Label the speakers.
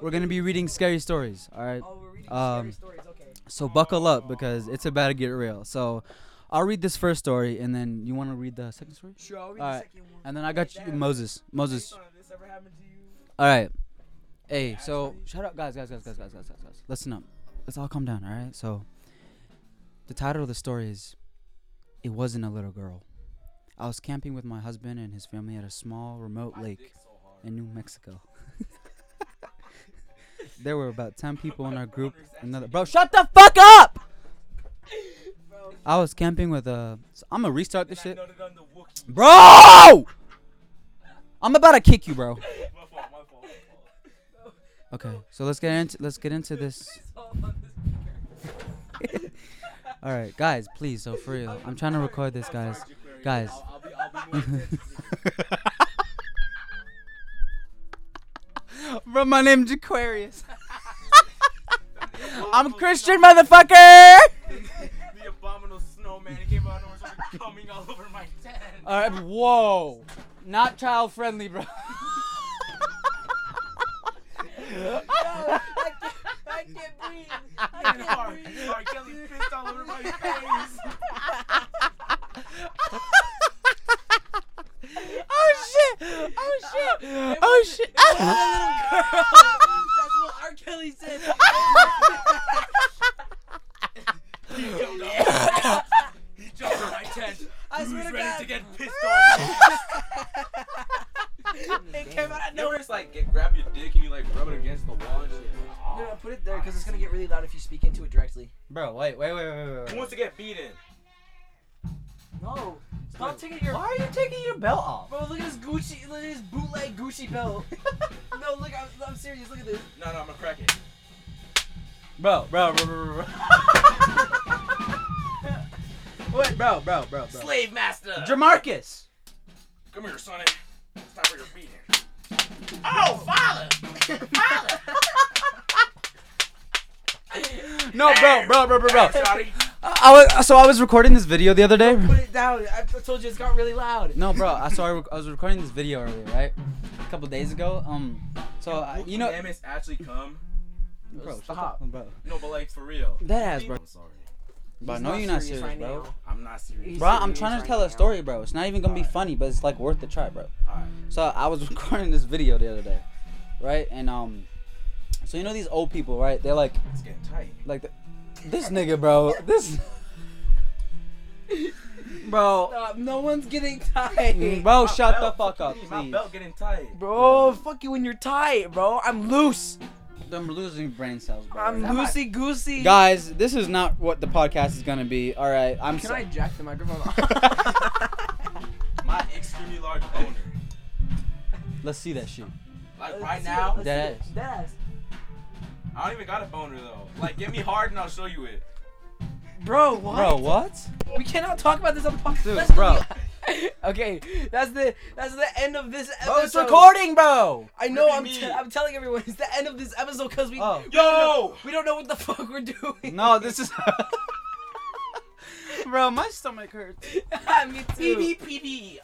Speaker 1: We're gonna be reading scary stories. All right.
Speaker 2: Oh, we're reading
Speaker 1: Um,
Speaker 2: scary stories. Okay.
Speaker 1: So buckle up because it's about to get real. So I'll read this first story, and then you want to read the second story,
Speaker 2: Sure. I'll read the
Speaker 1: alright.
Speaker 2: second one.
Speaker 1: and then I got you, Moses. Moses.
Speaker 2: Based on if this ever happened to you.
Speaker 1: All right. Hey, so shut up, guys, guys, guys, guys, guys, guys, guys, guys. Listen up. Let's all calm down. All right. So the title of the story is "It Wasn't a Little Girl." I was camping with my husband and his family at a small, remote lake in New Mexico. there were about ten people in our group. Another bro, shut the fuck up! I was camping with a. I'm gonna restart this shit,
Speaker 3: noted on the Wookiee.
Speaker 1: bro. I'm about to kick you, bro.
Speaker 3: My fault, my fault, my fault.
Speaker 1: Okay, so let's get into let's get into this.
Speaker 2: It's all on this picture.
Speaker 1: All right, guys, please. So for real, I'm trying to record this, guys. Guys.
Speaker 3: I'll, I'll be, I'll be more
Speaker 1: Bro, my name's Aquarius. I'm Christian, motherfucker.
Speaker 3: the abominable snowman. It came out and was like coming all over my tent.
Speaker 1: All right, whoa, not child friendly, bro.
Speaker 2: I can't, I can't breathe. I
Speaker 3: And R.
Speaker 2: can't breathe.
Speaker 3: R. Kelly pissed all over my face.
Speaker 1: oh shit! Oh shit! Oh shit!
Speaker 2: That's what R. Kelly said.
Speaker 3: He jumped on He jumped on my tent.
Speaker 2: I
Speaker 3: Who's
Speaker 2: swear to
Speaker 3: ready
Speaker 2: God.
Speaker 3: to get pissed on?
Speaker 2: it came out of
Speaker 4: No,
Speaker 2: nowhere.
Speaker 4: it's like get, grab your dick and you like rub it against the wall and shit.
Speaker 2: No, no, put it there because it's gonna get really loud if you speak into it directly.
Speaker 1: Bro, wait, wait, wait, wait, wait,
Speaker 4: Who
Speaker 1: wait.
Speaker 4: wants to get beaten?
Speaker 2: No, stop taking your.
Speaker 1: are you taking your belt off?
Speaker 2: Bro, look at this Gucci, look at this bootleg Gucci belt. no, look, I'm, I'm serious. Look at this.
Speaker 4: No, no, I'm gonna crack it.
Speaker 1: Bro, bro, bro, bro, bro. Wait, bro, bro, bro, bro.
Speaker 4: Slave master.
Speaker 1: Jamarcus.
Speaker 4: Come here, Sonic. Stop where you're beating. Oh, father! Father!
Speaker 1: No, bro, bro, bro, bro, bro.
Speaker 4: Sorry.
Speaker 1: I was, so I was recording this video the other day.
Speaker 2: Put it down. I told you it's got really loud.
Speaker 1: No, bro. I so I, rec- I was recording this video earlier, right? A couple days ago. Um, so I, you know,
Speaker 4: Amos actually come.
Speaker 1: bro, shut
Speaker 2: Stop.
Speaker 1: the- bro.
Speaker 4: No, but like for real.
Speaker 1: That ass, bro.
Speaker 4: I'm sorry.
Speaker 1: Bro,
Speaker 2: He's
Speaker 1: no,
Speaker 2: not
Speaker 1: you're not
Speaker 2: serious
Speaker 1: serious,
Speaker 2: right
Speaker 1: bro.
Speaker 2: now.
Speaker 4: I'm not serious.
Speaker 2: He's-
Speaker 1: Bro, I'm
Speaker 2: serious
Speaker 1: trying
Speaker 2: right
Speaker 1: to tell a
Speaker 2: now.
Speaker 1: story, bro. It's not even gonna be funny, but it's like worth the try, bro.
Speaker 4: Alright.
Speaker 1: So I was recording this video the other day, right? And um, so you know these old people, right? They're like,
Speaker 4: It's getting tight.
Speaker 1: like the, this nigga, bro. This, bro.
Speaker 2: Stop. No one's getting tight.
Speaker 1: Bro, shut the
Speaker 4: belt,
Speaker 1: fuck up,
Speaker 4: My
Speaker 1: please.
Speaker 4: belt getting tight.
Speaker 2: Bro, fuck you when you're tight, bro. I'm loose.
Speaker 1: I'm losing brain cells, bro.
Speaker 2: I'm loosey goosey.
Speaker 1: Guys, this is not what the podcast is gonna be. All right, I'm
Speaker 2: Can
Speaker 1: so-
Speaker 2: I jack the microphone
Speaker 4: My extremely large boner.
Speaker 1: Let's see that shit.
Speaker 4: Like right now,
Speaker 1: Dead ass.
Speaker 2: Deadass.
Speaker 4: I don't even got a boner though. Like get me hard and I'll show you it.
Speaker 2: Bro, what?
Speaker 1: Bro, what?
Speaker 2: We cannot talk about this on the podcast.
Speaker 1: Dude,
Speaker 2: Let's
Speaker 1: bro.
Speaker 2: do- okay, that's the that's the end of this episode.
Speaker 1: bro.
Speaker 2: I know.
Speaker 4: What do
Speaker 2: I'm,
Speaker 4: you
Speaker 2: te-
Speaker 4: mean?
Speaker 2: I'm telling everyone it's the end of this episode because we
Speaker 1: Oh.
Speaker 2: we don't know-
Speaker 4: Yo!
Speaker 2: we don't know what the fuck we're doing.
Speaker 1: No, this is. bro, my stomach hurts.
Speaker 2: me too.
Speaker 4: PVPD.